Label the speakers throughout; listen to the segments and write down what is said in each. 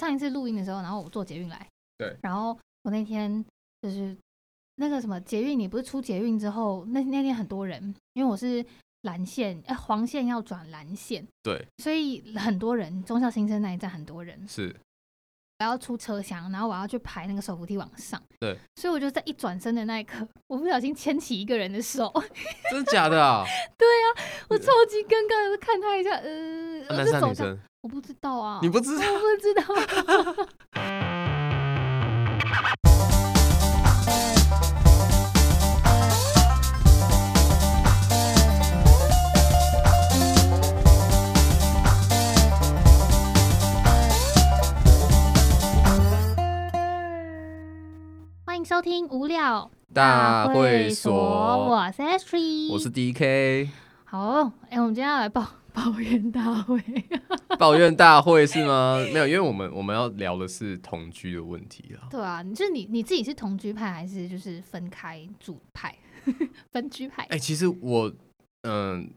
Speaker 1: 上一次录音的时候，然后我坐捷运来，
Speaker 2: 对，
Speaker 1: 然后我那天就是那个什么捷运，你不是出捷运之后，那那天很多人，因为我是蓝线，哎、黄线要转蓝线，
Speaker 2: 对，
Speaker 1: 所以很多人，中校新生那一站很多人，
Speaker 2: 是
Speaker 1: 我要出车厢，然后我要去排那个手扶梯往上，
Speaker 2: 对，
Speaker 1: 所以我就在一转身的那一刻，我不小心牵起一个人的手，
Speaker 2: 真的假的啊？
Speaker 1: 我超级尴尬的看他一下，呃，
Speaker 2: 啊
Speaker 1: 我
Speaker 2: 男
Speaker 1: 就
Speaker 2: 生
Speaker 1: 走
Speaker 2: 还是女
Speaker 1: 掉
Speaker 2: 生？
Speaker 1: 我不知道啊，
Speaker 2: 你不知道？
Speaker 1: 我不知道。欢迎收听无聊
Speaker 2: 大
Speaker 1: 会
Speaker 2: 会所，
Speaker 1: 我是 Ashley，
Speaker 2: 我是 DK，
Speaker 1: 好哦，哎、我们今天要来抱抱怨大会。
Speaker 2: 抱怨大会是吗？ 没有，因为我们我们要聊的是同居的问题啊。
Speaker 1: 对啊，你就是你你自己是同居派还是就是分开住派？ 分居派？
Speaker 2: 哎、其实我，嗯、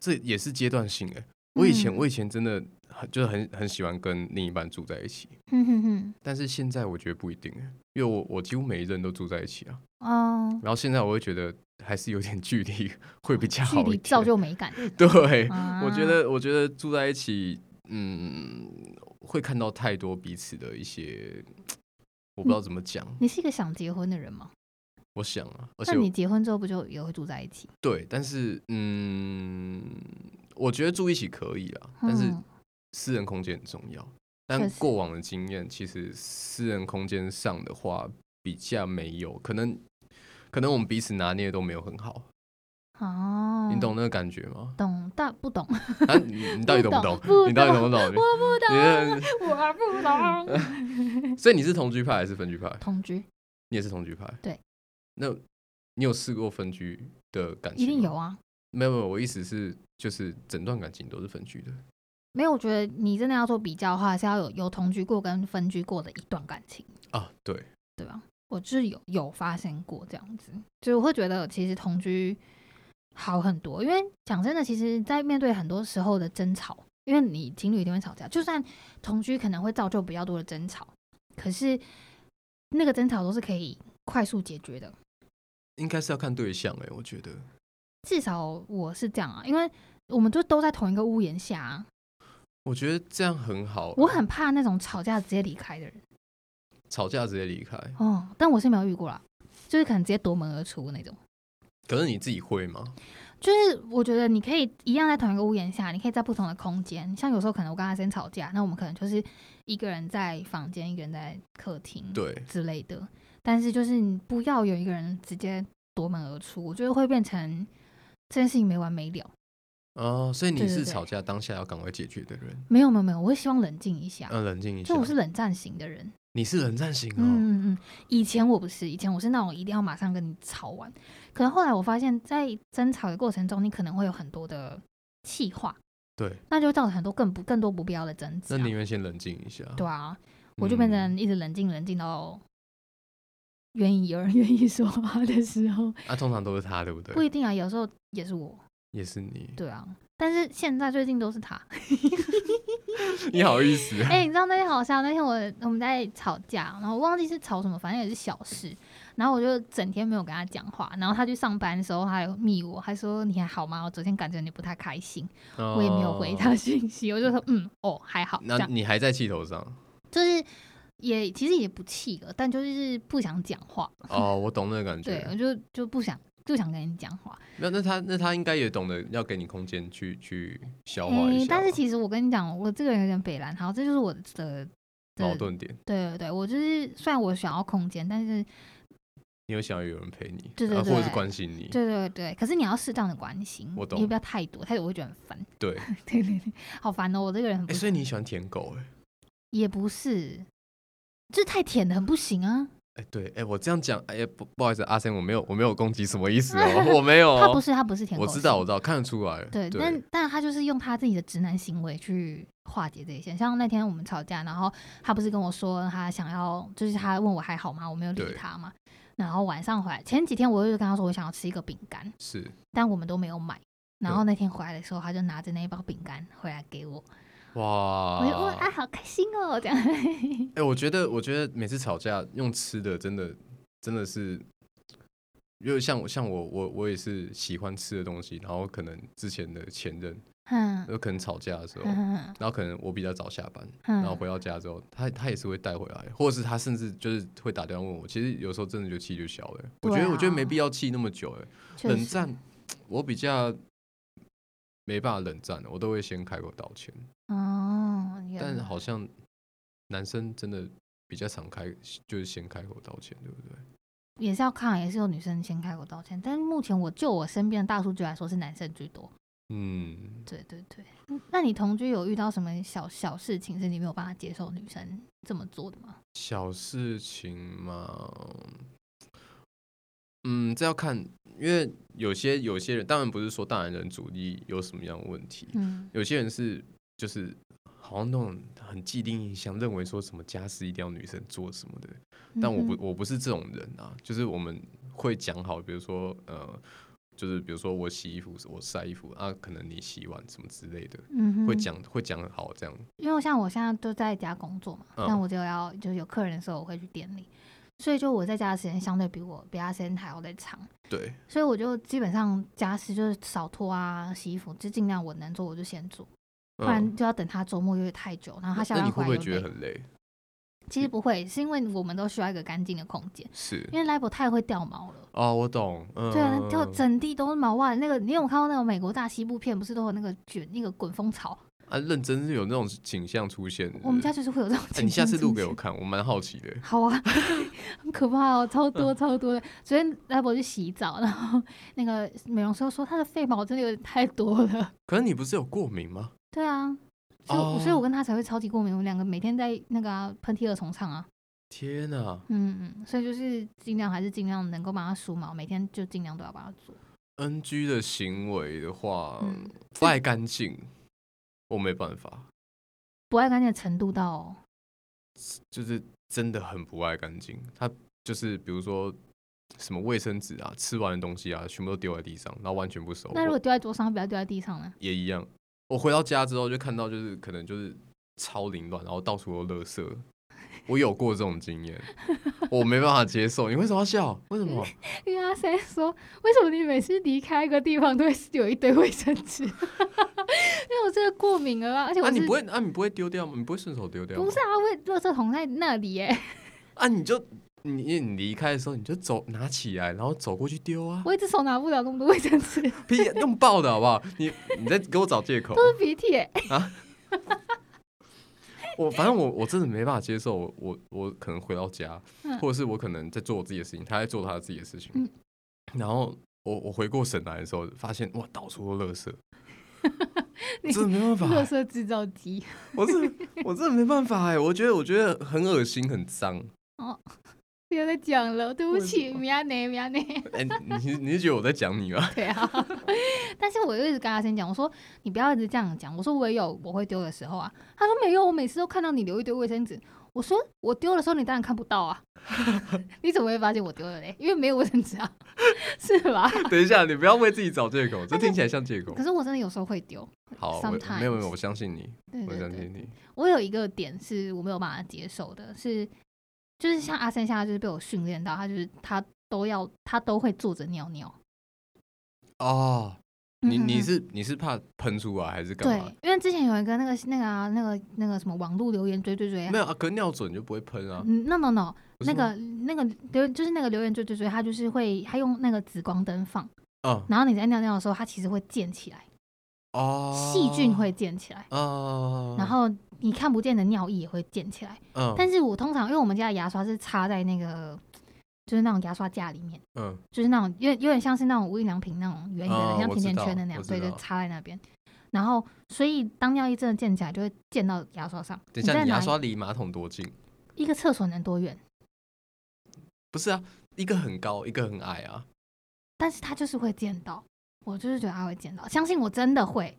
Speaker 2: 这也是阶段性哎、我以前、
Speaker 1: 嗯
Speaker 2: 我以前真的很就是很很喜欢跟另一半住在一起，
Speaker 1: 哼哼哼，
Speaker 2: 但是现在我觉得不一定哎、因为我我几乎每一任都住在一起啊。
Speaker 1: 哦，
Speaker 2: 然后现在我会觉得还是有点距离会比较好
Speaker 1: 距
Speaker 2: 一点，
Speaker 1: 离造就美 感。
Speaker 2: 对，
Speaker 1: 啊
Speaker 2: 我觉得，我觉得住在一起，嗯，会看到太多彼此的一些，我不知道怎么讲。
Speaker 1: 你是一个想结婚的人吗？
Speaker 2: 我想啊，而
Speaker 1: 那
Speaker 2: 且
Speaker 1: 你
Speaker 2: 我
Speaker 1: 结婚之后不就也会住在一起？
Speaker 2: 对，但是嗯，我觉得住一起可以啦，但是
Speaker 1: 嗯
Speaker 2: 私人空间很重要。
Speaker 1: 确
Speaker 2: 但
Speaker 1: 实
Speaker 2: 过往的经验，其实私人空间上的话比较没有，可能可能我们彼此拿捏都没有很好，
Speaker 1: 哦，
Speaker 2: 你懂那个感觉吗？
Speaker 1: 懂但不懂， 我
Speaker 2: 啊，你你到底懂不懂？
Speaker 1: 不懂
Speaker 2: 你到底懂不懂？你
Speaker 1: 不
Speaker 2: 你
Speaker 1: 懂，
Speaker 2: 的
Speaker 1: 我不懂。
Speaker 2: 所以你是同居派还是分居派？
Speaker 1: 同居
Speaker 2: 你也是同居派？
Speaker 1: 对。
Speaker 2: 那你有试过分居的感情？
Speaker 1: 一定有。啊。
Speaker 2: 没有没有，我意思是就是整段感情都是分居的。
Speaker 1: 没有，我觉得你真的要做比较的话，是要有有同居过跟分居过的一段感情。
Speaker 2: 啊，对，
Speaker 1: 对吧？我就是有有发生过这样子，所以我会觉得其实同居好很多，因为讲真的，其实，在面对很多时候的争吵，因为你情侣一定会吵架，就算同居可能会造就比较多的争吵，可是那个争吵都是可以快速解决的。
Speaker 2: 应该是要看对象哎、我觉得
Speaker 1: 至少我是这样啊，因为我们就都在同一个屋檐下啊、
Speaker 2: 我觉得这样很好、啊
Speaker 1: 我很怕那种吵架直接离开的人
Speaker 2: 吵架直接离开，
Speaker 1: 哦，但我是没有遇过啦，就是可能直接夺门而出那种。
Speaker 2: 可是你自己会吗？
Speaker 1: 就是我觉得你可以一样在同一个屋檐下，你可以在不同的空间。像有时候可能我跟他先吵架，那我们可能就是一个人在房间，一个人在客厅，
Speaker 2: 对，
Speaker 1: 之类的。但是就是你不要有一个人直接夺门而出，我觉得会变成这件事情没完没了。
Speaker 2: 哦，所以你
Speaker 1: 对对
Speaker 2: 是
Speaker 1: 对
Speaker 2: 吵架当下要赶快解决的人。
Speaker 1: 没有没有没有，我会希望冷静一下。
Speaker 2: 嗯，冷静一下
Speaker 1: 就。我是冷战型的人，
Speaker 2: 你是冷战型哦，
Speaker 1: 嗯嗯嗯，以前我不是，以前我是那种一定要马上跟你吵完。可能后来我发现，在争吵的过程中，你可能会有很多的气话，
Speaker 2: 对，
Speaker 1: 那就会造成很多更不更多不必要的争执、
Speaker 2: 那
Speaker 1: 啊。
Speaker 2: 宁愿先冷静一下。
Speaker 1: 对啊，我就变成
Speaker 2: 嗯
Speaker 1: 一直冷静冷静到愿意有人 愿意说话的时候，
Speaker 2: 啊，通常都是他，对不对？
Speaker 1: 不一定啊，有时候也是我。
Speaker 2: 也是你，
Speaker 1: 对啊，但是现在最近都是 他。
Speaker 2: 你好意思啊？
Speaker 1: 哎、你知道那天好笑，那天我我们在吵架，然后我忘记是吵什么，反正也是小事。然后我就整天没有跟他讲话，然后他去上班的时候，他有密我，他说你还好吗？我昨天感觉你不太开心， 我也没有回他
Speaker 2: 哦。
Speaker 1: 讯息，我就说嗯哦还好，这
Speaker 2: 那
Speaker 1: 样
Speaker 2: 你还在气头上？
Speaker 1: 就是也其实也不气了，但就是不想讲话，
Speaker 2: 哦，我懂那个感
Speaker 1: 对
Speaker 2: 觉
Speaker 1: 我。就就不想就想跟你讲话，
Speaker 2: 那那他那他应该也懂得要给你空间去去消化
Speaker 1: 哎、
Speaker 2: 一下吧，
Speaker 1: 但是其实我跟你讲，我这个人有点北蓝，好，这就是我的
Speaker 2: 矛，盾点，
Speaker 1: 对对对，我就是虽然我想要空间，但
Speaker 2: 嗯
Speaker 1: 是
Speaker 2: 你有想要有人陪你，
Speaker 1: 对对
Speaker 2: 啊或者是
Speaker 1: 对
Speaker 2: 关心你，
Speaker 1: 对对对，可是你要适当的关心，
Speaker 2: 我懂
Speaker 1: 你不要太多，太多我会觉得很烦。
Speaker 2: 对，
Speaker 1: 对对对，好烦哦，我这个人很不
Speaker 2: 哎，
Speaker 1: 是、
Speaker 2: 所以你喜欢舔狗，哎
Speaker 1: 也不是，就是太舔的很不行啊。
Speaker 2: 哎对，哎我这样讲，哎不不好意思，阿森，我没有我没有攻击什么意思 哦，我没有哦，
Speaker 1: 他不是他不是舔狗
Speaker 2: 我
Speaker 1: 型，
Speaker 2: 知道我知道，看得出来，
Speaker 1: 对，但但他就是用他自己的直男行为去化解这一些。像那天我们吵架，然后他不是跟我说他想要，就是他问我还好吗？我没有理
Speaker 2: 对
Speaker 1: 他嘛。然后晚上回来，前几天我就跟他说我想要吃一个饼干，
Speaker 2: 是
Speaker 1: 但我们都没有买。然后那天回来的时候，他就拿着那一包饼干回来给我，
Speaker 2: 哇！
Speaker 1: 我就哇啊，好开心哦，这样。
Speaker 2: 哎、我觉得，我觉得每次吵架用吃的，真的真的是，因为像我像我我我也是喜欢吃的东西，然后可能之前的前任，
Speaker 1: 嗯
Speaker 2: 有可能吵架的时候，然
Speaker 1: 嗯
Speaker 2: 后可能我比较早下班，
Speaker 1: 嗯
Speaker 2: 哦然后回到家之后，他他也是会带回来，或者是他甚至就是会打电话问我，其实有时候真的就气就消了、我觉
Speaker 1: 对
Speaker 2: 得
Speaker 1: 啊
Speaker 2: 我觉得没必要气那么久、欸，
Speaker 1: 确
Speaker 2: 冷
Speaker 1: 实
Speaker 2: 战，我比较没办法冷战的，我都会先开口道歉。
Speaker 1: 哦，原
Speaker 2: 但
Speaker 1: 来
Speaker 2: 好像男生真的比较常开，就是先开口道歉，对不对？
Speaker 1: 也是要看，也是有女生先开口道歉，但是目前我就我身边的大数据来说是男生居多。
Speaker 2: 嗯，
Speaker 1: 对对对，嗯那你同居有遇到什么小小事情是你没有办法接受女生这么做的吗？
Speaker 2: 小事情嘛，嗯，这要看，因为有些有些人，当然不是说大男人主义有什么样的问题，
Speaker 1: 嗯，
Speaker 2: 有些人是就是好像那种很既定印象，认为说什么家事一定要女生做什么的，但我
Speaker 1: 嗯哼
Speaker 2: 不我不是这种人啊，就是我们会讲好，比如说呃，就是比如说我洗衣服，我晒衣服啊，可能你洗碗什么之类的，
Speaker 1: 嗯哼
Speaker 2: 会，讲会讲好这样。
Speaker 1: 因为像我现在都在家工作嘛，
Speaker 2: 嗯
Speaker 1: 但我就要就是有客人的时候我会去店里，所以就我在家的时间相对比我比他时间还要再长，
Speaker 2: 对，
Speaker 1: 所以我就基本上家事就是扫拖啊、洗衣服，就尽量我能做我就先做，不然就要等他周末又太久，然后他下
Speaker 2: 嗯那
Speaker 1: 班
Speaker 2: 你会
Speaker 1: 回
Speaker 2: 不
Speaker 1: 来又累。
Speaker 2: 会觉得很累？
Speaker 1: 其实不会，是因为我们都需要一个干净的空间，
Speaker 2: 是
Speaker 1: 因为 l i b o 太会掉毛了。
Speaker 2: 哦，我懂，嗯，
Speaker 1: 对啊，就整地都是毛袜。那个你有看过那种美国大西部片，不是都有那个卷那个滚风草？
Speaker 2: 啊，认真是有那种景象出现的。
Speaker 1: 我们家就是会有这种
Speaker 2: 哎
Speaker 1: 情、
Speaker 2: 你下次录给我。看，我蛮好奇的。
Speaker 1: 好啊， 很可怕哦，超多
Speaker 2: 嗯
Speaker 1: 超多的。昨天 l i b o 去洗澡，然后那个美容师又说他的废毛真的有点太多了。
Speaker 2: 可是你不是有过敏吗？
Speaker 1: 对啊，所以我、
Speaker 2: 哦
Speaker 1: 所以我跟他才会超级过敏，我们两个每天在那个啊喷嚏二重唱啊。
Speaker 2: 天哪、
Speaker 1: 嗯，嗯，所以就是尽量还是尽量能够帮他梳毛，每天就尽量都要帮他做。
Speaker 2: n g 的行为的话，
Speaker 1: 嗯
Speaker 2: 不爱干净，我没办法。
Speaker 1: 不爱干净的程度到、哦，
Speaker 2: 就是真的很不爱干净。他就是比如说什么卫生纸啊、吃完的东西啊，全部都丢在地上，然后完全不收。
Speaker 1: 那如
Speaker 2: 我
Speaker 1: 果丢在桌上，不要丢在地上呢？
Speaker 2: 也一样。我回到家之后就看到，就是可能就是超凌乱，然后到处都垃圾。我有过这种经验，我没办法接受。你为什么要笑？为 什么？
Speaker 1: 因为阿三啊说，为什么你每次离开一个地方都会有一堆卫生纸？ 因为我真的过敏了啊，而且
Speaker 2: 啊，
Speaker 1: 我
Speaker 2: 你
Speaker 1: 是、
Speaker 2: 不会啊，你不会丢掉吗？你不会顺手丢掉吗？
Speaker 1: 不是啊，会垃圾桶在那里耶、
Speaker 2: 啊，你就你你离开的时候你就走拿起来，然后走过去丢啊，
Speaker 1: 我一只手拿不了那么多卫生纸，都
Speaker 2: 屁用爆的好不好？你你在给我找 借口。
Speaker 1: 是鼻涕、
Speaker 2: 哎
Speaker 1: 耶
Speaker 2: 我反正我我真的没办法接受，我我我可能回到家，
Speaker 1: 嗯
Speaker 2: 或者是我可能在做我自己的事情，他在做他自己的事情，
Speaker 1: 嗯，
Speaker 2: 然后我我回过神来的时候，发现哇，到处都垃圾
Speaker 1: 你
Speaker 2: 真的没办法
Speaker 1: 垃
Speaker 2: 欸，
Speaker 1: 圾制造机。
Speaker 2: 我真我真的没办法哎，我觉得我觉得很恶心，很脏。
Speaker 1: 不要再讲了，对不起，
Speaker 2: 为什么
Speaker 1: 米亚内，米亚内。
Speaker 2: 哎、你你是觉得我在讲你吗？
Speaker 1: 对啊， 但是我就一直跟阿先讲，我说你不要一直这样讲，我说我也有我会丢的时候啊。他说没有，我每次都看到你留一堆卫生纸。我说我丢的时候你当然看不到啊， 你怎么会发现我丢了嘞？因为没有卫生纸啊， 是吧？
Speaker 2: 等一下，你不要为自己找借口，这听起来像借口
Speaker 1: 可。是我真的有时候会丢，
Speaker 2: 好，我
Speaker 1: sometimes
Speaker 2: 没有没有，我相信你，
Speaker 1: 对
Speaker 2: 我
Speaker 1: 对
Speaker 2: 相
Speaker 1: 对
Speaker 2: 信，你。
Speaker 1: 我有一个点是我没有办法接受的，是就是像阿三现在就是被我训练到，他就是他都要他都会坐着尿尿。
Speaker 2: 哦，你
Speaker 1: 嗯嗯
Speaker 2: 你
Speaker 1: 嗯
Speaker 2: 是你是怕喷出来还是干
Speaker 1: 对
Speaker 2: 嘛？，
Speaker 1: 因为之前有一个那个那个啊那个那个什么网络留言追追追啊，
Speaker 2: 没有啊，可尿准就不会喷啊。
Speaker 1: 嗯，no no no，
Speaker 2: 不是
Speaker 1: 那
Speaker 2: 吗
Speaker 1: 个那个留就是那个留言追追追，他就是会他用那个紫光灯放，
Speaker 2: 嗯
Speaker 1: 然后你在尿尿的时候，它其实会溅起来，
Speaker 2: 哦，
Speaker 1: 细菌会溅起来，
Speaker 2: 啊，
Speaker 1: 然后你看不见的尿液也会溅起来。
Speaker 2: 嗯，
Speaker 1: 但是我通常因为我们家的牙刷是插在那个就是那种牙刷架里面，
Speaker 2: 嗯
Speaker 1: 就是那种有点有点像是那种无印良品那种圆圆的、
Speaker 2: 哦
Speaker 1: 像
Speaker 2: 我
Speaker 1: 甜
Speaker 2: 知
Speaker 1: 甜
Speaker 2: 道
Speaker 1: 圈的那样，
Speaker 2: 我知
Speaker 1: 对，就
Speaker 2: 道
Speaker 1: 插在那边。然后，所以当尿液真的溅起来，就会溅到牙刷上。
Speaker 2: 等一下，
Speaker 1: 再
Speaker 2: 你牙
Speaker 1: 拿
Speaker 2: 刷离马桶多近？
Speaker 1: 一个厕所能多远？
Speaker 2: 不是啊，一个很高，一个很矮啊。
Speaker 1: 但是他就是会见到，我就是觉得他会见到，相信我真的会，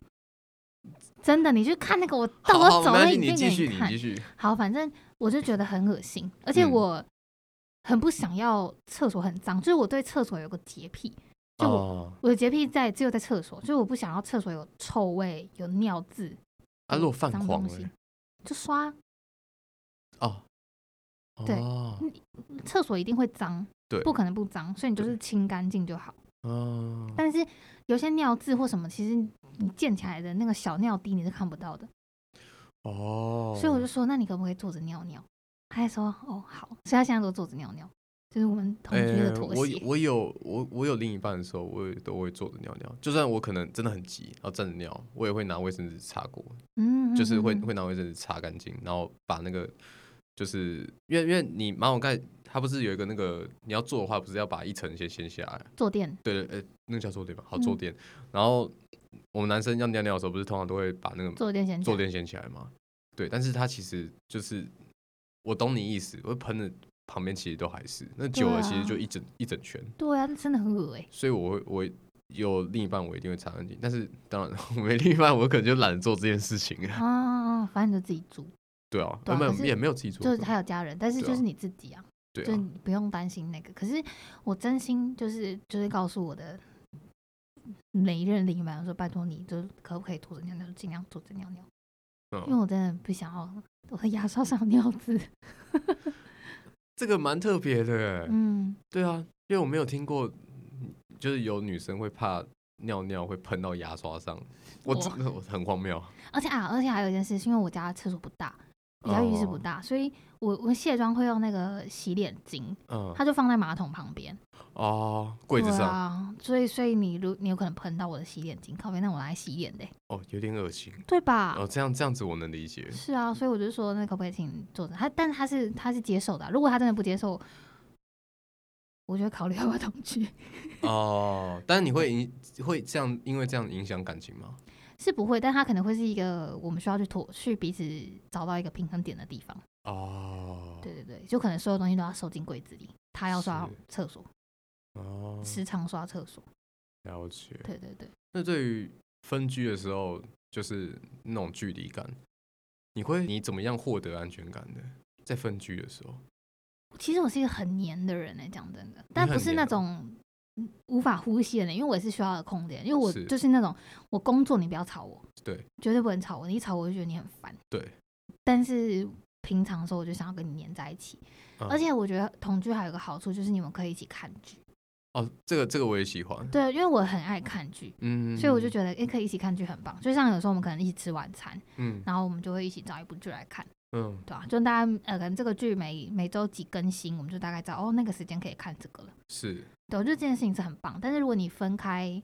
Speaker 1: 真的，你去看那个，我到时
Speaker 2: 好，
Speaker 1: 候
Speaker 2: 好
Speaker 1: 走
Speaker 2: 没
Speaker 1: 那
Speaker 2: 关系
Speaker 1: 影
Speaker 2: 你
Speaker 1: 片
Speaker 2: 继
Speaker 1: 给
Speaker 2: 续，你
Speaker 1: 看
Speaker 2: 继。续。
Speaker 1: 好，反正我就觉得很恶心，而且
Speaker 2: 嗯
Speaker 1: 我很不想要厕所很脏，就是我对厕所有个洁癖，就我、
Speaker 2: 哦，
Speaker 1: 我的洁癖在只有在厕所，就是我不想要厕所有臭味、有尿渍
Speaker 2: 啊，如果犯
Speaker 1: 脏
Speaker 2: 狂
Speaker 1: 东
Speaker 2: 了
Speaker 1: 西
Speaker 2: 欸，
Speaker 1: 就刷
Speaker 2: 哦，
Speaker 1: 对
Speaker 2: 哦，
Speaker 1: 厕所一定会脏，
Speaker 2: 对
Speaker 1: 不可能不脏，所以你就
Speaker 2: 对
Speaker 1: 是清干净就好。
Speaker 2: 哦，
Speaker 1: 但是有些尿渍或什么，其实你溅起来的那个小尿滴你是看不到的，
Speaker 2: 哦，
Speaker 1: 所以我就说，那你可不可以坐着尿尿？他还说，哦，好，所以他现在都坐着尿尿，就是我们同居的
Speaker 2: 呃
Speaker 1: 妥
Speaker 2: 我
Speaker 1: 协。
Speaker 2: 有我有我我有另一半的时候，我也都会坐着尿尿。就算我可能真的很急，然后站着尿，我也会拿卫生纸擦过，
Speaker 1: 嗯，嗯
Speaker 2: 就是会
Speaker 1: 嗯嗯
Speaker 2: 会拿卫生纸擦干净，然后把那个就是因为因为你马桶盖它不是有一个那个你要做的话，不是要把一层先掀下来？
Speaker 1: 坐垫，
Speaker 2: 对，呃，那个叫坐垫吧，好
Speaker 1: 嗯
Speaker 2: 坐垫。然后我们男生要尿尿的时候，不是通常都会把那个
Speaker 1: 坐垫先
Speaker 2: 坐
Speaker 1: 讲
Speaker 2: 垫掀起来嘛？对，但是它其实就是我懂你意思，我喷的旁边其实都还是，那久
Speaker 1: 对啊
Speaker 2: 了其实就一整、一整圈，
Speaker 1: 对啊，那真的很恶欸
Speaker 2: 所以我会我有另一半我一定会擦干净，但是当然 我没另一半我可能就懒得做这件事情啊，
Speaker 1: 啊啊，啊反正你就自己住，
Speaker 2: 对啊，
Speaker 1: 对啊
Speaker 2: 没有
Speaker 1: 可是
Speaker 2: 也没有自己做
Speaker 1: 就
Speaker 2: 过，
Speaker 1: 是还有家人，但是
Speaker 2: 对啊
Speaker 1: 就是你自己啊，
Speaker 2: 对
Speaker 1: 就是
Speaker 2: 啊，
Speaker 1: 你不用担心那个。可是我真心就是就是告诉我的每一任另一半，我说拜托你，就是可不可以坐着尿尿，就尽量坐着尿尿，因为
Speaker 2: 嗯，
Speaker 1: 我真的不想要我的牙刷上尿渍。
Speaker 2: 这个蛮特别的，
Speaker 1: 嗯，
Speaker 2: 对啊，因为我没有听过，嗯就是有女生会怕尿尿会喷到牙刷上，我
Speaker 1: 哇
Speaker 2: 真的我很荒谬，
Speaker 1: 而且啊，而且还有一件事，是因为我家的厕所不大，我家浴室不
Speaker 2: 哦，
Speaker 1: 大，所以我我卸妆会用那个洗脸巾，
Speaker 2: 嗯，
Speaker 1: 它就放在马桶旁边。
Speaker 2: 哦，柜子
Speaker 1: 对
Speaker 2: 上。
Speaker 1: 啊，所以所以你如你有可能喷到我的洗脸巾，靠边，那我拿来洗脸的欸、
Speaker 2: 哦，有点恶心。
Speaker 1: 对吧？
Speaker 2: 哦，这样这样子我能理解。
Speaker 1: 是啊，所以我就说，那可不可以请你坐着？他，但他是他是接受的啊、如果他真的不接受，我就会考虑要不要同居，
Speaker 2: 哦，但是你会影会这样，因为这样影响感情吗？
Speaker 1: 是不会，但他可能会是一个我们需要去妥去彼此找到一个平衡点的地方。
Speaker 2: 哦，
Speaker 1: 对对对，就可能所有东西都要收进柜子里，他要刷
Speaker 2: 是
Speaker 1: 厕所，
Speaker 2: 哦，
Speaker 1: 时常刷厕所。
Speaker 2: 了解。
Speaker 1: 对对对，
Speaker 2: 那对于分居的时候，就是那种距离感，你会你怎么样获得安全感的？在分居的时候，
Speaker 1: 其实我是一个很黏的人呢、欸讲真的，但不
Speaker 2: 很
Speaker 1: 是
Speaker 2: 黏
Speaker 1: 那
Speaker 2: 哦
Speaker 1: 种。嗯无法呼吸的人，因为我也是需要有空间，因为我
Speaker 2: 是
Speaker 1: 就是那种我工作你不要吵我，
Speaker 2: 对
Speaker 1: 绝对不能吵我，你一吵我就觉得你很烦。
Speaker 2: 对，
Speaker 1: 但是平常的时候我就想要跟你黏在一起，
Speaker 2: 嗯
Speaker 1: 而且我觉得同居还有一个好处就是你们可以一起看剧。
Speaker 2: 哦，这个这个我也喜欢。
Speaker 1: 对，因为我很爱看剧，
Speaker 2: 嗯，
Speaker 1: 所以我就觉得诶、可以一起看剧很棒。就像有时候我们可能一起吃晚餐，
Speaker 2: 嗯
Speaker 1: 然后我们就会一起找一部剧来看，
Speaker 2: 嗯，
Speaker 1: 对吧、就大家呃，可能这个剧每每周几更新，我们就大概知道哦，那个时间可以看这个了。
Speaker 2: 是
Speaker 1: 对，我觉得这件事情是很棒。但是如果你分开，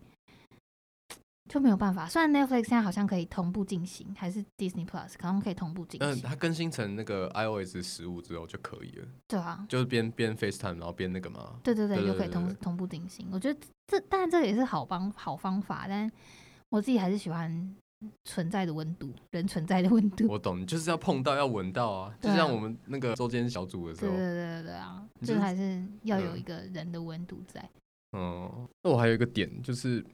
Speaker 1: 就没有办法。虽然 Netflix 现在好像可以同步进行，还是 Disney Plus 好像可以同步进
Speaker 2: 嗯，
Speaker 1: 行，
Speaker 2: 它更新成那个 iOS 十五之后就可以了，
Speaker 1: 对啊，
Speaker 2: 就是边边 FaceTime 然后边那个嘛，
Speaker 1: 对对对，
Speaker 2: 对
Speaker 1: 就
Speaker 2: 对
Speaker 1: 可以
Speaker 2: 对
Speaker 1: 同
Speaker 2: 对
Speaker 1: 同步定型。我觉得这，当然这也是好方好方法，但我自己还是喜欢存在的温度，人存在的温度。
Speaker 2: 我懂，你就是要碰到，要闻到啊，
Speaker 1: 嗯对
Speaker 2: 就
Speaker 1: 啊
Speaker 2: 像我们那个周间小组的时
Speaker 1: 对
Speaker 2: 候
Speaker 1: 对，对对对啊，
Speaker 2: 哦你
Speaker 1: 就
Speaker 2: 就是
Speaker 1: 还是要有
Speaker 2: 嗯
Speaker 1: 一个人的温度在。
Speaker 2: 嗯，那我还有一个点就是，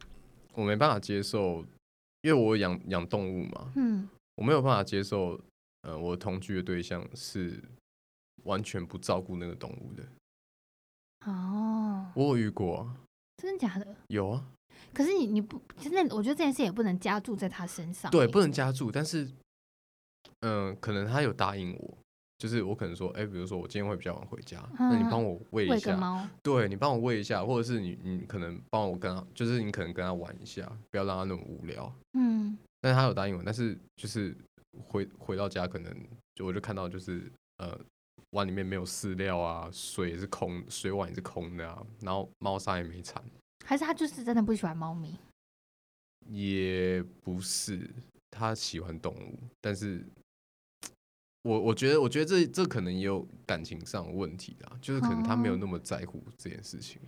Speaker 2: 我没办法接受，因为我养养动物嘛，
Speaker 1: 嗯，
Speaker 2: 我没有办法接受，呃，我同居的对象是完全不照顾那个动物的，
Speaker 1: 哦，
Speaker 2: 我有遇过啊，
Speaker 1: 真的假的？
Speaker 2: 有啊，
Speaker 1: 可是你你不，真的，我觉得这件事也不能加注在他身上欸。
Speaker 2: 对，不能加注，但是，嗯、可能他有答应我。就是我可能说，哎、比如说我今天会比较晚回家，那你
Speaker 1: 嗯
Speaker 2: 帮我喂一
Speaker 1: 喂个
Speaker 2: 下，
Speaker 1: 猫，
Speaker 2: 对你帮我喂一下，或者是你你可能帮我跟他，就是你可能跟他玩一下，不要让他那么无聊。
Speaker 1: 嗯，
Speaker 2: 但是他有答应我，但是就是回回到家，可能就我就看到就是呃碗里面没有饲料啊，水也是空，水碗也是空的啊，然后猫砂也没铲，
Speaker 1: 还是他就是真的不喜欢猫咪。
Speaker 2: 也不是他喜欢动物，但是。我我觉得，我觉得这这可能也有感情上的问题啦，就是可能他没有
Speaker 1: 哦
Speaker 2: 那么在乎这件事情。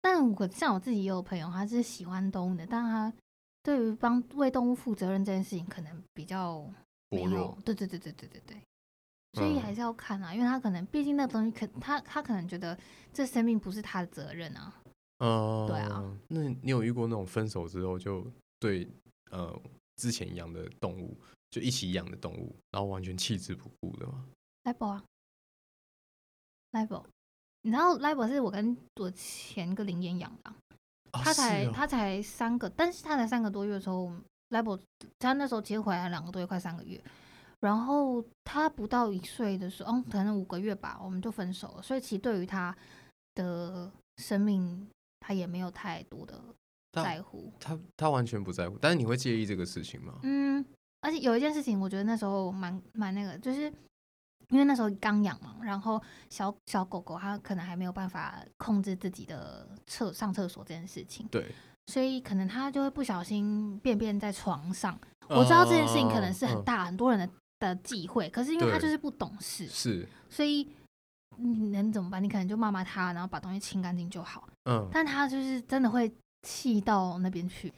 Speaker 1: 但我像我自己也有朋友，他是喜欢动物的，但他对于帮为动物负责任这件事情，可能比较没
Speaker 2: 薄弱
Speaker 1: 有。对对对对对对对，所以
Speaker 2: 嗯
Speaker 1: 还是要看啊，因为他可能毕竟那东西可他他可能觉得这生命不是他的责任啊。
Speaker 2: 哦，
Speaker 1: 对啊。
Speaker 2: 那你有遇过那种分手之后就对呃之前养的动物，就一起养的动物，然后完全弃之不顾的吗？
Speaker 1: libel 啊，libel，你知道 libel 是我跟我前个林燕养的啊、
Speaker 2: 啊
Speaker 1: 他才、
Speaker 2: 是哦
Speaker 1: 他才三个，但是他才三个多月的时候， Lebo 他那时候接回来两个多月，快三个月。然后他不到一岁的时候，嗯，可能五个月吧，我们就分手了。所以其实对于他的生命，他也没有太多的在乎。
Speaker 2: 他他完全不在乎，但是你会介意这个事情吗？
Speaker 1: 嗯，而且有一件事情，我觉得那时候蛮蛮那个，就是因为那时候刚养嘛，然后小小狗狗它可能还没有办法控制自己的厕上厕所这件事情，
Speaker 2: 对，
Speaker 1: 所以可能它就会不小心便便在床上。我知道这件事情可能是很
Speaker 2: 嗯
Speaker 1: 大很多人的的忌讳，可是因为他
Speaker 2: 对
Speaker 1: 就是不懂事，
Speaker 2: 是，
Speaker 1: 所以你能怎么办？你可能就骂骂他，然后把东西清干净就好。
Speaker 2: 嗯，
Speaker 1: 但他就是真的会气到那边去。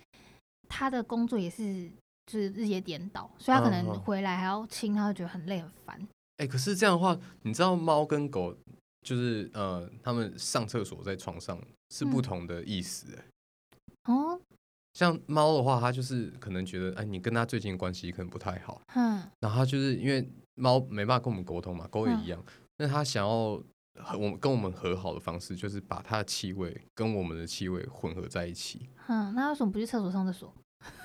Speaker 1: 他的工作也是就是日夜颠倒，所以他可能
Speaker 2: 嗯嗯
Speaker 1: 回来还要清，他会觉得很累很烦。
Speaker 2: 哎、可是这样的话，你知道猫跟狗就是呃，它们上厕所在床上是不
Speaker 1: 嗯
Speaker 2: 同的意思、欸。
Speaker 1: 哦，
Speaker 2: 像猫的话，它就是可能觉得，哎，你跟它最近的关系可能不太好，
Speaker 1: 哼，
Speaker 2: 然后它就是因为猫没办法跟我们沟通嘛，狗也
Speaker 1: 嗯
Speaker 2: 一样，那它想要和我们跟我们和好的方式，就是把它的气味跟我们的气味混合在一起，
Speaker 1: 哼，那为什么不去厕所上厕所？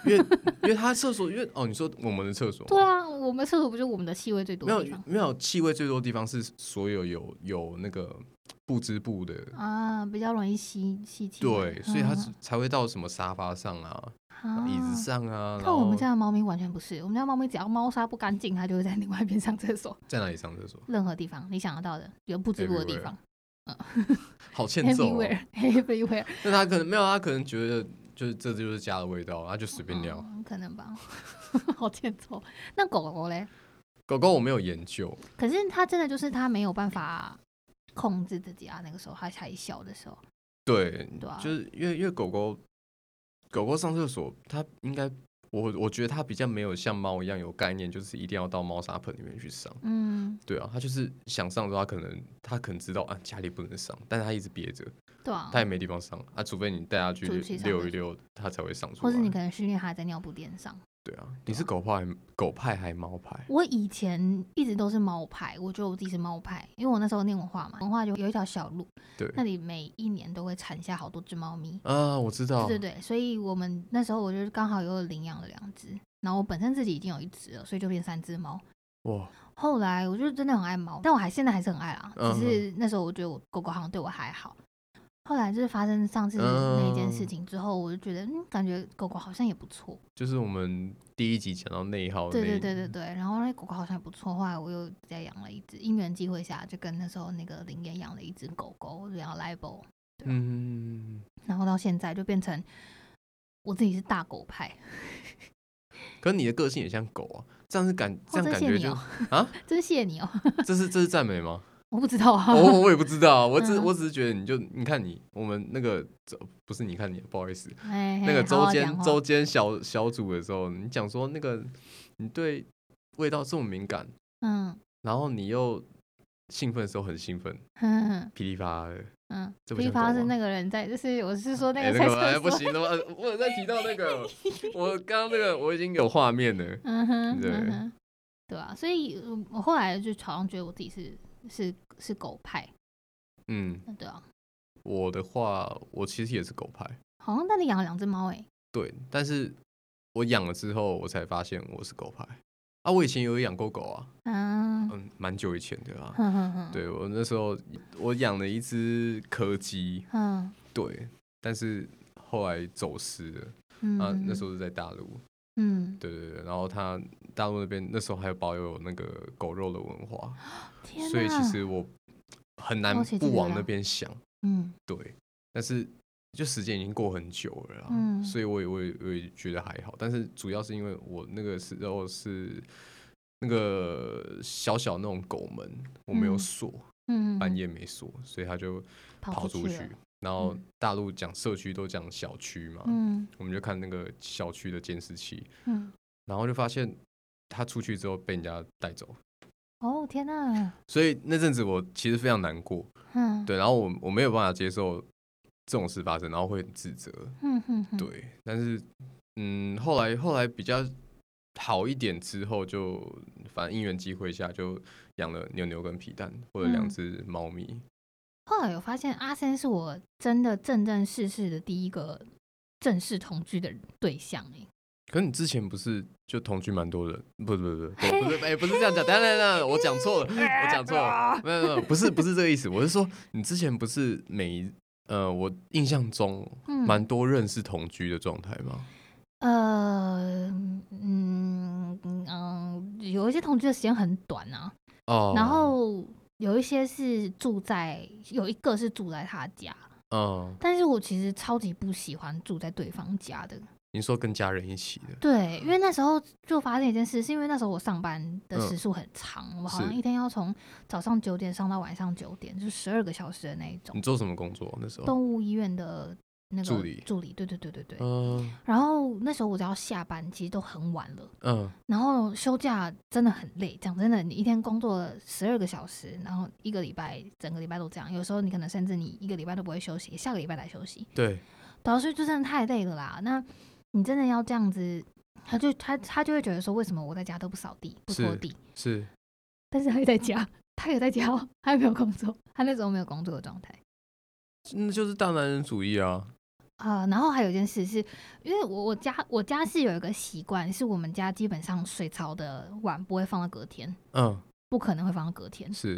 Speaker 2: 因为因为它厕所，因为哦，你说我们的厕所吗，
Speaker 1: 对啊，我们厕所不就是我们的气味最啊多
Speaker 2: 没
Speaker 1: 的
Speaker 2: 有
Speaker 1: 地方
Speaker 2: 没有气味最多的地方是所有有有那个布织布的，
Speaker 1: 啊？比较容易吸吸气味。
Speaker 2: 对，所以它
Speaker 1: 嗯
Speaker 2: 是才会到什么沙发上啊、
Speaker 1: 啊
Speaker 2: 椅子上啊，然
Speaker 1: 但我
Speaker 2: 后
Speaker 1: 们家的猫咪完全不是，我们家猫咪只要猫砂不干净，它就会在另外一边上厕所，
Speaker 2: 在哪里上厕所，
Speaker 1: 任何地方你想得到的，有不织布的地方
Speaker 2: 好欠揍、哦。
Speaker 1: ，everywhere，everywhere，
Speaker 2: 那他可能没有，他可能觉得就是这就是家的味道，他就随便尿。
Speaker 1: 嗯可能吧， 好欠揍。那狗狗嘞？
Speaker 2: 狗狗我没有研究，
Speaker 1: 可是它真的就是它没有办法控制自己啊，那个时候它还小的时候，
Speaker 2: 对，
Speaker 1: 对啊
Speaker 2: 就是因为因为狗狗狗狗上厕所，它应该我我觉得它比较没有像猫一样有概念，就是一定要到猫砂盆里面去上。
Speaker 1: 嗯，
Speaker 2: 对啊，它就是想上的话，它可能它可能知道啊家里不能上，但它一直憋着，
Speaker 1: 对啊
Speaker 2: 它，也没地方上啊，除非你带它去
Speaker 1: 出去上
Speaker 2: 溜
Speaker 1: 厕
Speaker 2: 一溜，它才会上出
Speaker 1: 或
Speaker 2: 来。
Speaker 1: 是你可能训练它在尿布垫上。
Speaker 2: 对啊，你是狗派狗派还猫派？
Speaker 1: 我以前一直都是猫派，我觉得我自己是猫派，因为我那时候念文化嘛，文化就有一条小路，
Speaker 2: 对
Speaker 1: 那里每一年都会产下好多只猫咪。
Speaker 2: 啊，我知道，
Speaker 1: 对对对，所以我们那时候我就是刚好有领养了两只，然后我本身自己已经有一只了，所以就变三只猫。
Speaker 2: 哇，
Speaker 1: 后来我就真的很爱猫，但我还现在还是很爱啦，
Speaker 2: 嗯
Speaker 1: 只是那时候我觉得我狗狗好像对我还好。后来就是发生上次那一件
Speaker 2: 嗯
Speaker 1: 事情之后，我就觉得嗯，感觉狗狗好像也不错。
Speaker 2: 就是我们第一集讲到内耗的
Speaker 1: 对
Speaker 2: 那
Speaker 1: 对
Speaker 2: 一
Speaker 1: 对对对，然后那狗狗好像也不错，后来我又再养了一只，因缘机会下就跟那时候那个林也养了一只狗狗，我就养 Libo，对啊
Speaker 2: 嗯，
Speaker 1: 然后到现在就变成我自己是大狗派，
Speaker 2: 可是你的个性也像狗啊，这样是感这
Speaker 1: 哦
Speaker 2: 样
Speaker 1: 真
Speaker 2: 感
Speaker 1: 谢
Speaker 2: 觉
Speaker 1: 你
Speaker 2: 就、
Speaker 1: 哦
Speaker 2: 啊，
Speaker 1: 真谢谢你哦，
Speaker 2: 这是这是赞美 吗？
Speaker 1: 我不知道啊，
Speaker 2: 我、哦、我也不知道啊，我只
Speaker 1: 嗯
Speaker 2: 我只是觉得你就你看你我们那个周不是你看你，不好意思，
Speaker 1: 哎，
Speaker 2: 那个
Speaker 1: 好
Speaker 2: 周
Speaker 1: 好
Speaker 2: 间
Speaker 1: 讲话
Speaker 2: 周间小小组的时候，你讲说那个你对味道这么敏感，
Speaker 1: 嗯
Speaker 2: 然后你又兴奋的时候很兴奋，
Speaker 1: 哼哼
Speaker 2: 噼里啪啦的。
Speaker 1: 嗯，
Speaker 2: 这不
Speaker 1: 噼
Speaker 2: 像
Speaker 1: 啪
Speaker 2: 狗
Speaker 1: 是
Speaker 2: 吗
Speaker 1: 那个人在，就是我是说那
Speaker 2: 哎
Speaker 1: 个
Speaker 2: 那
Speaker 1: 在
Speaker 2: 个哎
Speaker 1: 厕
Speaker 2: 不
Speaker 1: 所，
Speaker 2: 行的话，呃我有在提到那 个，我刚刚那个我已经有画面了。
Speaker 1: 嗯哼，
Speaker 2: 对
Speaker 1: 嗯哼，对啊，所以呃我后来就好像觉得我自己是是是狗派，
Speaker 2: 嗯，
Speaker 1: 嗯对啊，
Speaker 2: 我的话，我其实也是狗派，
Speaker 1: 好像但你养了两只猫诶，
Speaker 2: 对，但是我养了之后，我才发现我是狗派啊。我以前有养过狗啊，
Speaker 1: 嗯，
Speaker 2: 嗯，蛮久以前的啊。
Speaker 1: 哼哼哼，，
Speaker 2: 对我那时候我养了一只柯基，
Speaker 1: 嗯
Speaker 2: 对，但是后来走失了
Speaker 1: 嗯，
Speaker 2: 啊。那时候是在大陆，
Speaker 1: 嗯，
Speaker 2: 对对对，然后它大陆那边那时候还有保有那个狗肉的文化，
Speaker 1: 天
Speaker 2: 所以其
Speaker 1: 哪
Speaker 2: 实我很难
Speaker 1: 了解这
Speaker 2: 不
Speaker 1: 个
Speaker 2: 往
Speaker 1: 啦
Speaker 2: 那边想。
Speaker 1: 嗯
Speaker 2: 对，但是就时间已经过很久了啦，
Speaker 1: 嗯
Speaker 2: 所以我也我也我也觉得还好，但是主要是因为我那个时候是那个小小那种狗门，我没有
Speaker 1: 嗯
Speaker 2: 锁，
Speaker 1: 嗯，
Speaker 2: 半
Speaker 1: 嗯
Speaker 2: 夜没锁，所以它就
Speaker 1: 跑
Speaker 2: 跑出去
Speaker 1: 了，。
Speaker 2: 然后
Speaker 1: 嗯
Speaker 2: 大陆讲社区都讲小区嘛，
Speaker 1: 嗯
Speaker 2: 我们就看那个小区的监视器，
Speaker 1: 嗯，
Speaker 2: 然后就发现它出去之后被人家带走，
Speaker 1: 哦天哪，
Speaker 2: 所以那阵子我其实非常难过，
Speaker 1: 嗯，，
Speaker 2: 对，然后我我没有办法接受这种事发生，然后会很自责，
Speaker 1: 嗯哼哼，
Speaker 2: 对，但是嗯，后来后来比较好一点之后就，反正因缘机会下就养了牛牛跟皮蛋，或者两
Speaker 1: 嗯
Speaker 2: 只猫咪。
Speaker 1: 后来有发现，阿森是我真的正正式式的第一个正式同居的对象哎、
Speaker 2: 可你之前不是就同居蛮多人？不是不是不是，我不是哎、不是这样讲，等一下等一下等一下，我讲错
Speaker 1: 哎
Speaker 2: 了，我讲错了，没有没有，不是不是这个意思，我是说你之前不是每一呃，我印象中
Speaker 1: 嗯
Speaker 2: 蛮多认识同居的状态吗？
Speaker 1: 呃嗯嗯，有一些同居的时间很短啊，
Speaker 2: 哦，
Speaker 1: 然后有一些是住在有一个是住在他家，
Speaker 2: 嗯，
Speaker 1: 但是我其实超级不喜欢住在对方家的。
Speaker 2: 你说跟家人一起的，
Speaker 1: 对，因为那时候就发现一件事，是因为那时候我上班的
Speaker 2: 嗯
Speaker 1: 时数很长，我好像
Speaker 2: 是
Speaker 1: 一天要从早上九点上到晚上九点，就是十二个小时的那一种
Speaker 2: 你。做什么工作那时候？
Speaker 1: 动物医院的那个
Speaker 2: 嗯助理
Speaker 1: 助理，对对对对对。
Speaker 2: 嗯
Speaker 1: 然后那时候我只要下班，其实都很晚了。
Speaker 2: 嗯，
Speaker 1: 然后休假真的很累，讲真的，你一天工作十二个小时，然后一个礼拜整个礼拜都这样，有时候你可能甚至你一个礼拜都不会休息，下个礼拜来休息，
Speaker 2: 对，
Speaker 1: 对啊，所以就真的太累了啦。那你真的要这样子，他就他他就会觉得说，为什么我在家都不扫地不拖
Speaker 2: 是
Speaker 1: 地，
Speaker 2: 是
Speaker 1: 但是他又在家，他也在家、哦，他也没有工作，他那时候没有工作的状态。
Speaker 2: 那就是大男人主义啊。
Speaker 1: 啊、然后还有一件事是，因为我我家我家是有一个习惯，是我们家基本上水槽的碗不会放到隔天，
Speaker 2: 嗯，
Speaker 1: 不可能会放到隔天。
Speaker 2: 是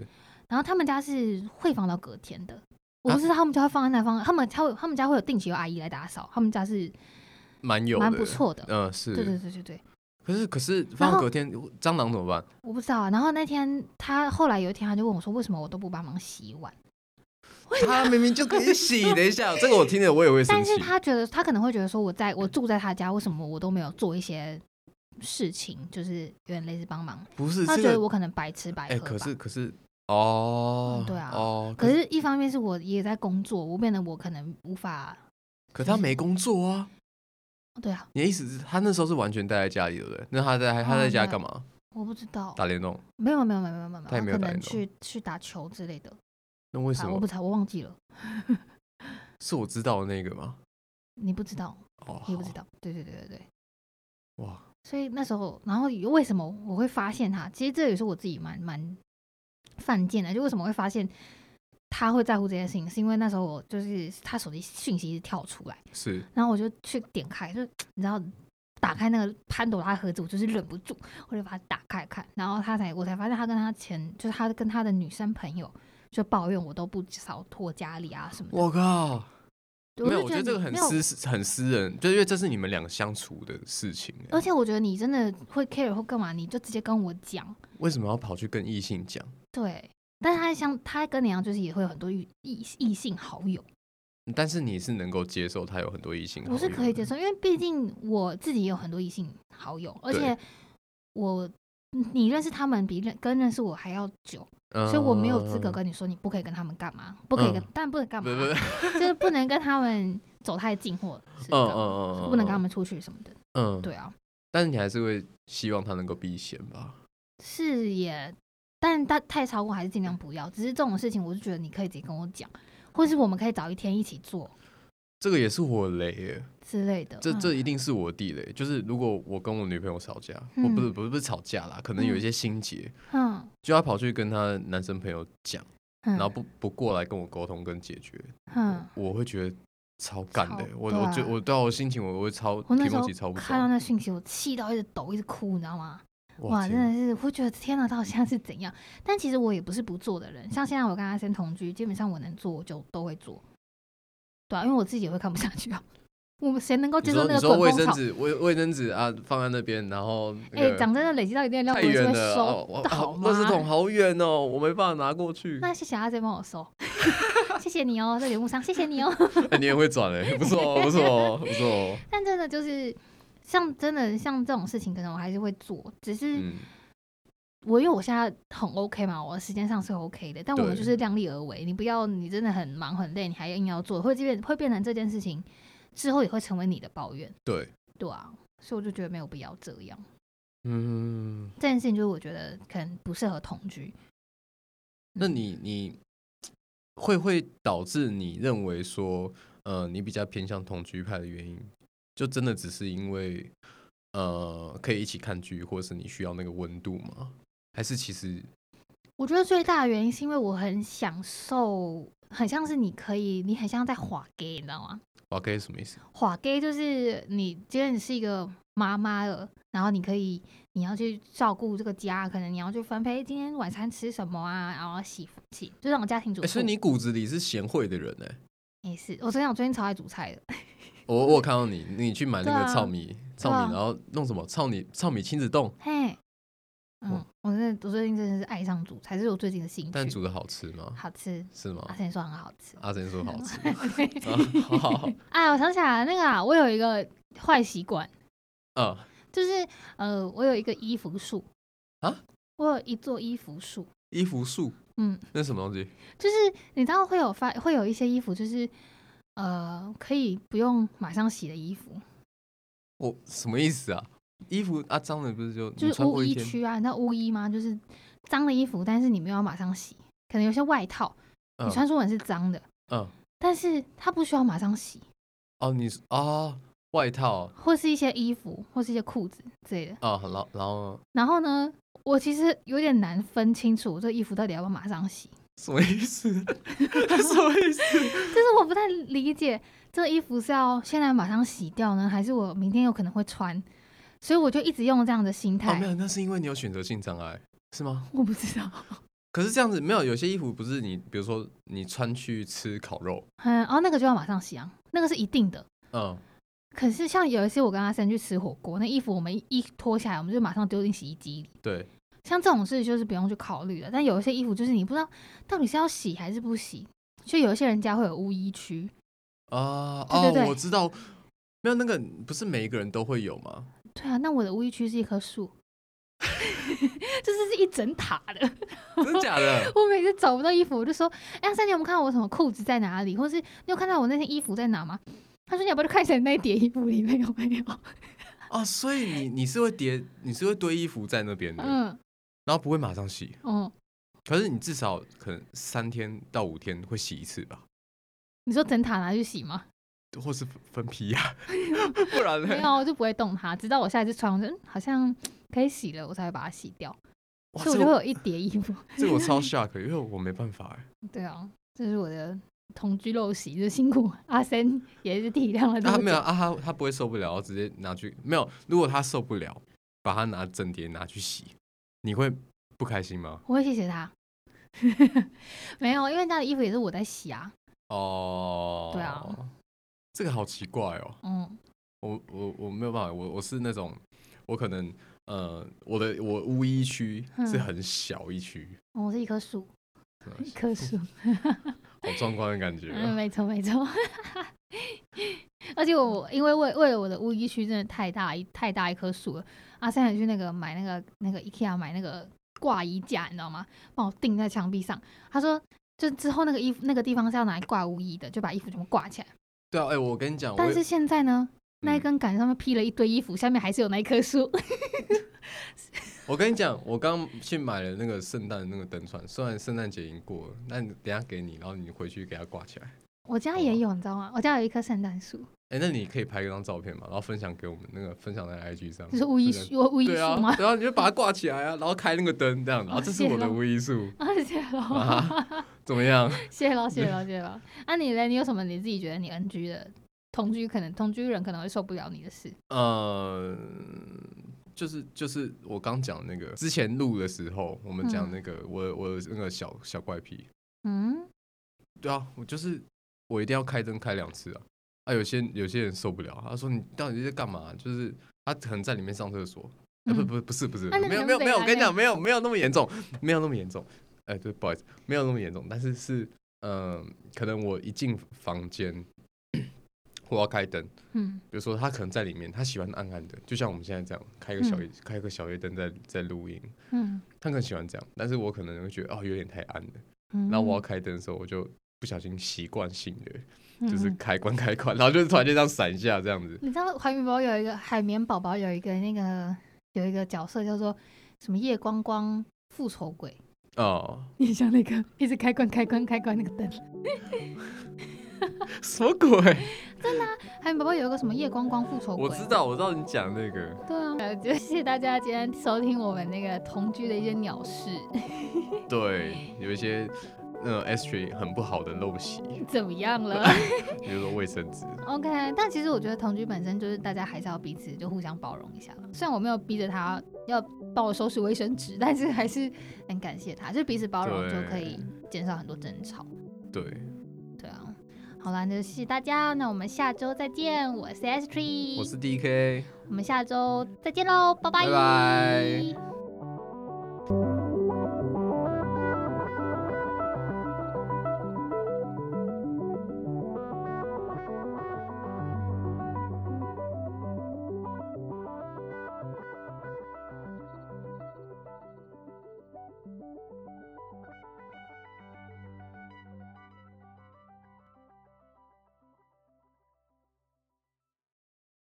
Speaker 1: 然后他们家是会放到隔天的，
Speaker 2: 啊
Speaker 1: 我不知道他们家会放在那方，他们他会他们家会有定期有阿姨来打扫，他们家是
Speaker 2: 蛮有
Speaker 1: 蛮
Speaker 2: 的
Speaker 1: 不错的。
Speaker 2: 嗯，是。
Speaker 1: 对对对对对，
Speaker 2: 可是可是放到隔天蟑螂怎么办？
Speaker 1: 我不知道啊。然后那天他后来有一天他就问我说，为什么我都不帮忙洗碗？
Speaker 2: 他明明就可以洗。等 一下，这个我听了我也会生
Speaker 1: 但
Speaker 2: 气嗯
Speaker 1: 是。他觉得他可能会觉得说，我在我住在他家，为什么我都没有做一些事情，就是有点类似帮忙。
Speaker 2: 不是
Speaker 1: 他
Speaker 2: 这
Speaker 1: 觉得
Speaker 2: 个，
Speaker 1: 我可能白吃白
Speaker 2: 哎，
Speaker 1: 喝吧。
Speaker 2: 可是可是哦
Speaker 1: 嗯，对啊
Speaker 2: 哦，
Speaker 1: 可是，一方面是我也在工作，我变得我可能无法，
Speaker 2: 可他没工作啊。
Speaker 1: 对啊，
Speaker 2: 你的意思是，他那时候是完全待在家里，对不对？那他在他
Speaker 1: 哦
Speaker 2: 在家干嘛？
Speaker 1: 我不知道，
Speaker 2: 打电动？
Speaker 1: 没有没有没有没有没有，
Speaker 2: 他也没有
Speaker 1: 可
Speaker 2: 打哦
Speaker 1: 能
Speaker 2: 电动
Speaker 1: 去去打球之类的，
Speaker 2: 那为什
Speaker 1: 啊，我
Speaker 2: 么
Speaker 1: 不？知道，我忘记了，
Speaker 2: 是我知道的那个吗？
Speaker 1: 你不知道，
Speaker 2: 哦，
Speaker 1: 你不知
Speaker 2: 好。
Speaker 1: 道，对对对对对，
Speaker 2: 哇，
Speaker 1: 所以那时候，然后为什么我会发现他？其实这也是我自己蛮蛮犯贱的，就为什么会发现他会在乎这件事情，是因为那时候我就是他手机讯息是跳出来，
Speaker 2: 是
Speaker 1: 然后我就去点开，就是你知道，打开那个潘朵拉盒子，我就是忍不住，我就把它打开看，然后他才我才发现他跟他前就是他跟他的女生朋友就抱怨我都不扫拖家里啊什么的。
Speaker 2: 我靠。
Speaker 1: 对
Speaker 2: 没有，
Speaker 1: 就
Speaker 2: 我觉得这
Speaker 1: 你
Speaker 2: 个很
Speaker 1: 没有
Speaker 2: 私很私人，就因为这是你们两个相处的事情欸。
Speaker 1: 而且我觉得你真的会 care 或干嘛，你就直接跟我讲。
Speaker 2: 为什么要跑去跟异性讲？
Speaker 1: 对，但是他像他跟你一样，就是也会有很多异异异性好友，
Speaker 2: 但是你是能够接受他有很多异性好友嗯
Speaker 1: 我
Speaker 2: 的，
Speaker 1: 是可以接受，因为毕竟我自己也有很多异性好友，而
Speaker 2: 对
Speaker 1: 且我嗯你认识他们比认跟认识我还要久。
Speaker 2: 嗯，
Speaker 1: 所以我没有资格跟你说你不可以跟他们干嘛，不可以跟
Speaker 2: 嗯，
Speaker 1: 但不能干嘛
Speaker 2: 不，不不，
Speaker 1: 就是不能跟他们走太近 或是
Speaker 2: 嗯
Speaker 1: 干嘛
Speaker 2: 嗯嗯嗯
Speaker 1: 不能跟他们出去什么的。
Speaker 2: 嗯，
Speaker 1: 对啊，
Speaker 2: 但是你还是会希望他能够避嫌吧？
Speaker 1: 是也，但但太超过还是尽
Speaker 2: 嗯
Speaker 1: 量不要。只是这种事情，我就觉得你可以直接跟我讲，或是我们可以找一天一起做
Speaker 2: 这个也是我雷耶，
Speaker 1: 之类的。
Speaker 2: 这
Speaker 1: 嗯
Speaker 2: 这一定是我的地雷。就是如果我跟我女朋友吵架，
Speaker 1: 嗯
Speaker 2: 我不是不是不是吵架啦，可能有一
Speaker 1: 嗯
Speaker 2: 些心结，
Speaker 1: 嗯
Speaker 2: 就要跑去跟她男生朋友讲，
Speaker 1: 嗯，
Speaker 2: 然后不不过来跟我沟通跟解决，
Speaker 1: 嗯，
Speaker 2: 我会觉得超干的
Speaker 1: 超。
Speaker 2: 我
Speaker 1: 对
Speaker 2: 我
Speaker 1: 啊
Speaker 2: 就我对啊我心情我我会超
Speaker 1: 我那
Speaker 2: 提
Speaker 1: 时
Speaker 2: 莫
Speaker 1: 候
Speaker 2: 奇超不
Speaker 1: 看到
Speaker 2: 爽。
Speaker 1: 那讯息，我气到一直抖，一直哭，你知道吗？
Speaker 2: 哇
Speaker 1: 哇，
Speaker 2: 天
Speaker 1: 真
Speaker 2: 啊，
Speaker 1: 的是，我觉得天哪，到底现在是怎样？但其实我也不是不做的人，像现在我跟阿森同居，基本上我能做我就都会做，对啊，因为我自己也会看不下去啊，我们谁能够接
Speaker 2: 你
Speaker 1: 受
Speaker 2: 说
Speaker 1: 那
Speaker 2: 你
Speaker 1: 个
Speaker 2: 说卫
Speaker 1: 滚风
Speaker 2: 生
Speaker 1: 草？
Speaker 2: 纸卫卫生纸啊放在那边，然后那
Speaker 1: 哎、
Speaker 2: 个
Speaker 1: 讲真的，累积到一定的量，
Speaker 2: 太
Speaker 1: 我也是
Speaker 2: 远
Speaker 1: 会
Speaker 2: 了，哦
Speaker 1: 收
Speaker 2: 我
Speaker 1: 到
Speaker 2: 好垃圾桶
Speaker 1: 吗？
Speaker 2: 好远哦，我没办法拿过去。
Speaker 1: 那谢谢阿森帮我收， 谢谢你哦，在节目上谢谢你哦。
Speaker 2: 哎你也会转哎、不错哦，不错哦，不错哦。
Speaker 1: 但真的就是，像真的像这种事情，可能我还是会做，只是。
Speaker 2: 嗯，
Speaker 1: 我因为我现在很 OK 嘛，我的时间上是 OK 的，但我们
Speaker 2: 对
Speaker 1: 就是量力而为。你不要你真的很忙很累，你还硬要做，会变会变成这件事情之后也会成为你的抱怨，
Speaker 2: 对，
Speaker 1: 对啊。所以我就觉得没有必要这样。
Speaker 2: 嗯，
Speaker 1: 这件事情就是我觉得可能不适合同居。
Speaker 2: 那
Speaker 1: 嗯
Speaker 2: 你你会会导致你认为说，呃，你比较偏向同居派的原因，就真的只是因为呃可以一起看剧，或是你需要那个温度吗？还是其实
Speaker 1: 我觉得最大的原因是因为我很享受，很像是你可以，你很像在滑 gay，你知道吗？
Speaker 2: 瓦 gay 什么意思？
Speaker 1: 滑 gay 就是你今天你是一个妈妈了，然后你可以你要去照顾这个家，可能你要去分配今天晚餐吃什么啊，然后洗洗，就这种家庭主妇。
Speaker 2: 哎、所以你骨子里是贤惠的人哎、
Speaker 1: 也是，我昨天我最近超爱煮菜的，
Speaker 2: 我我有看到你，你去买那
Speaker 1: 对啊
Speaker 2: 个糙米，糙
Speaker 1: 对啊
Speaker 2: 米，然后弄什么糙米糙米亲子冻，
Speaker 1: 嘿，嗯
Speaker 2: 哇，
Speaker 1: 我真的我最近真的是爱上煮菜，这是我最近的兴趣。
Speaker 2: 但煮的好吃吗？
Speaker 1: 好吃，啊
Speaker 2: 是
Speaker 1: 阿
Speaker 2: 吗？
Speaker 1: 森说很好吃。
Speaker 2: 阿珍说好吃，啊 好好好，
Speaker 1: 啊，我想起来了那个啊，我有一个坏习惯，
Speaker 2: 嗯，
Speaker 1: 就是呃，我有一个衣服树
Speaker 2: 啊，
Speaker 1: 我有一座衣服树，
Speaker 2: 衣服素，
Speaker 1: 嗯，
Speaker 2: 那是什么东西？
Speaker 1: 就是你知道会有发会有一些衣服，就是呃可以不用马上洗的衣服，
Speaker 2: 我什么意思啊？衣服啊脏了不是就
Speaker 1: 就是
Speaker 2: 你穿
Speaker 1: 污
Speaker 2: 过一
Speaker 1: 衣
Speaker 2: 天，
Speaker 1: 区啊，你知道污衣吗？就是脏的衣服，但是你没有要马上洗，可能有些外套你
Speaker 2: 嗯
Speaker 1: 穿出门是脏的，
Speaker 2: 嗯，
Speaker 1: 但是它不需要马上洗，
Speaker 2: 哦你是哦外套
Speaker 1: 或是一些衣服或是一些裤子之类的。
Speaker 2: 哦，然后然后
Speaker 1: 然后呢，我其实有点难分清楚我这衣服到底要不要马上洗，
Speaker 2: 什么意思？ 什么 意思？哦
Speaker 1: 就是我不太理解这衣服是要现在马上洗掉呢，还是我明天有可能会穿，所以我就一直用这样的心
Speaker 2: 哦
Speaker 1: 态。
Speaker 2: 没有，那是因为你有选择性障碍是吗？
Speaker 1: 我不知道，
Speaker 2: 可是这样子没有，有些衣服不是你，比如说你穿去吃烤肉，
Speaker 1: 嗯，哦，那个就要马上洗啊，那个是一定的。
Speaker 2: 嗯，
Speaker 1: 可是像有一次我跟阿森去吃火锅，那衣服我们一一脱下来，我们就马上丢进洗衣机里。
Speaker 2: 对，
Speaker 1: 像这种事就是不用去考虑的，但有一些衣服就是你不知道到底是要洗还是不洗，就有一些人家会有污衣区，
Speaker 2: 啊，
Speaker 1: 对对
Speaker 2: 哦
Speaker 1: 对，
Speaker 2: 我知道，没有那个不是每一个人都会有吗？
Speaker 1: 对啊，那我的乌衣区是一棵树， 就是是一整塔的。
Speaker 2: 真的假的？
Speaker 1: 我每次找不到衣服，我就说：“哎、呀，三姐，我们看到我什么裤子在哪里，或是你有看到我那件衣服在哪吗？”他说：“你要不要去看一下你那一叠衣服里面有没有
Speaker 2: 哦，所以你你是会叠，你是会堆衣服在那？”边的，
Speaker 1: 嗯，
Speaker 2: 然后不会马上洗，
Speaker 1: 哦，
Speaker 2: 可是你至少可能三天到五天会洗一次吧，
Speaker 1: 你说整塔拿去洗 吗？
Speaker 2: 或是分分批 呀、不然
Speaker 1: 没
Speaker 2: 呢？
Speaker 1: 有，我就不会动它，直到我下一次穿，我觉得嗯好像可以洗了，我才会把它洗掉。
Speaker 2: 哇，
Speaker 1: 所以我就
Speaker 2: 这
Speaker 1: 会
Speaker 2: 个
Speaker 1: 有一叠衣服。
Speaker 2: 这个我超 shock，因为我没办 法哎。
Speaker 1: 对啊，这是我的同居陋习，就辛苦阿森也是体谅了这
Speaker 2: 啊，
Speaker 1: 么
Speaker 2: 没
Speaker 1: 久。
Speaker 2: 有啊，他他不会受不了，直接拿去没有。如果他受不了，把它拿整叠拿去洗，你会不开心吗？
Speaker 1: 我会谢谢他。 没有，因为他的衣服也是我在洗啊。
Speaker 2: 哦，
Speaker 1: 对啊，
Speaker 2: 这个好奇怪哦，
Speaker 1: 嗯，
Speaker 2: 我我我没有办法，我我是那种我可能呃，我的我污衣区是
Speaker 1: 嗯
Speaker 2: 很小一区，
Speaker 1: 哦我是一棵树，
Speaker 2: 对啊
Speaker 1: 一棵树。
Speaker 2: 好壮观的感觉
Speaker 1: 嗯，
Speaker 2: 啊。
Speaker 1: 没错没错。 而且
Speaker 2: 嗯
Speaker 1: 我因为为为了我的乌衣区真的太大一太大一棵树了，阿三也去那个买那个那个 IKEA 买那个挂衣架，你知道吗？帮我钉在墙壁上。他说，就之后那个衣服那个地方是要拿来挂乌衣的，就把衣服全部挂起来。
Speaker 2: 对啊，哎、我跟你讲，我
Speaker 1: 但
Speaker 2: 也
Speaker 1: 是现在呢，那一
Speaker 2: 嗯
Speaker 1: 根杆上面披了一堆衣服，下面还是有那一棵树。
Speaker 2: 我跟你讲，我刚去买了那个圣诞的那个灯串，虽然圣诞节已经过了，那你等一下给你，然后你回去给它挂起来。
Speaker 1: 我家
Speaker 2: 哦
Speaker 1: 也有，你知道吗？我家有一棵圣诞树，
Speaker 2: 哎、那你可以拍一张照片嘛，然后分享给我们那个分享在 IG 上，
Speaker 1: 就是乌衣
Speaker 2: 这个
Speaker 1: 树，我乌衣
Speaker 2: 对啊
Speaker 1: 树吗？， 哦
Speaker 2: 然后你就把它挂起来啊，然后开那个灯这样，然后这是我的无 意术，
Speaker 1: 啊，谢了
Speaker 2: 啊，怎么样？
Speaker 1: 谢了，谢了，谢了。那你嘞？你有什么你自己觉得你 NG 的同居，可能同居人可能会受不了你的事？
Speaker 2: 呃，就是就是我刚讲那个之前录的时候，我们讲
Speaker 1: 嗯
Speaker 2: 那个、我我有那个小小怪癖，
Speaker 1: 嗯，
Speaker 2: 对啊，我就是我一定要开灯开两次啊。啊，有些有些人受不了，他说你到底在干嘛？就是他可能在里面上厕所，啊、不
Speaker 1: 嗯
Speaker 2: 不不是不是，
Speaker 1: 啊那
Speaker 2: 没有
Speaker 1: 很
Speaker 2: 没有
Speaker 1: 北
Speaker 2: 没有，我
Speaker 1: 蓝
Speaker 2: 跟你
Speaker 1: 欸
Speaker 2: 讲，没有没有那么严重，没有那么严重。哎、对，不好意思，没有那么严重，但是是嗯、呃可能我一进房间，我要开灯，
Speaker 1: 嗯
Speaker 2: 比如说他可能在里面，他喜欢暗暗的，就像我们现在这样，开个小、夜开个小夜灯在在录音，
Speaker 1: 嗯
Speaker 2: 他可能喜欢这样，但是我可能会觉得哦有点太暗了，
Speaker 1: 嗯。
Speaker 2: 然后我要开灯的时候，我就不小心习惯性的
Speaker 1: 嗯
Speaker 2: 就是
Speaker 1: 嗯
Speaker 2: 开关开关，然后就是突然间这样闪一下这样子，
Speaker 1: 你知道海绵宝宝有一个海绵宝宝有一个那个有一个角色叫做什么夜光光复仇鬼，
Speaker 2: 哦，
Speaker 1: 你像那个一直开关开关开关那个灯，
Speaker 2: 什么鬼？啊
Speaker 1: 海绵宝宝有一个什么夜光光复仇鬼，啊
Speaker 2: 我知。道我知道你讲那个。
Speaker 1: 对啊，呃就谢谢大家今天收听我们那个同居的一些鸟事。
Speaker 2: 对，有一些呃 S 学很不好的陋习，
Speaker 1: 怎么样了
Speaker 2: 比如说卫生纸。
Speaker 1: ？OK，但其实我觉得同居本身就是大家还是要彼此就互相包容一下啦。虽然我没有逼着他要帮我收拾卫生纸，但是还是很感谢他，就彼此包容就可以减少很多争吵。
Speaker 2: 对，
Speaker 1: 对啊，好啦，那就谢谢大家，那我们下周再见。我是 S Tree，
Speaker 2: 我是 DK。
Speaker 1: 我们下周再见喽，拜
Speaker 2: 拜拜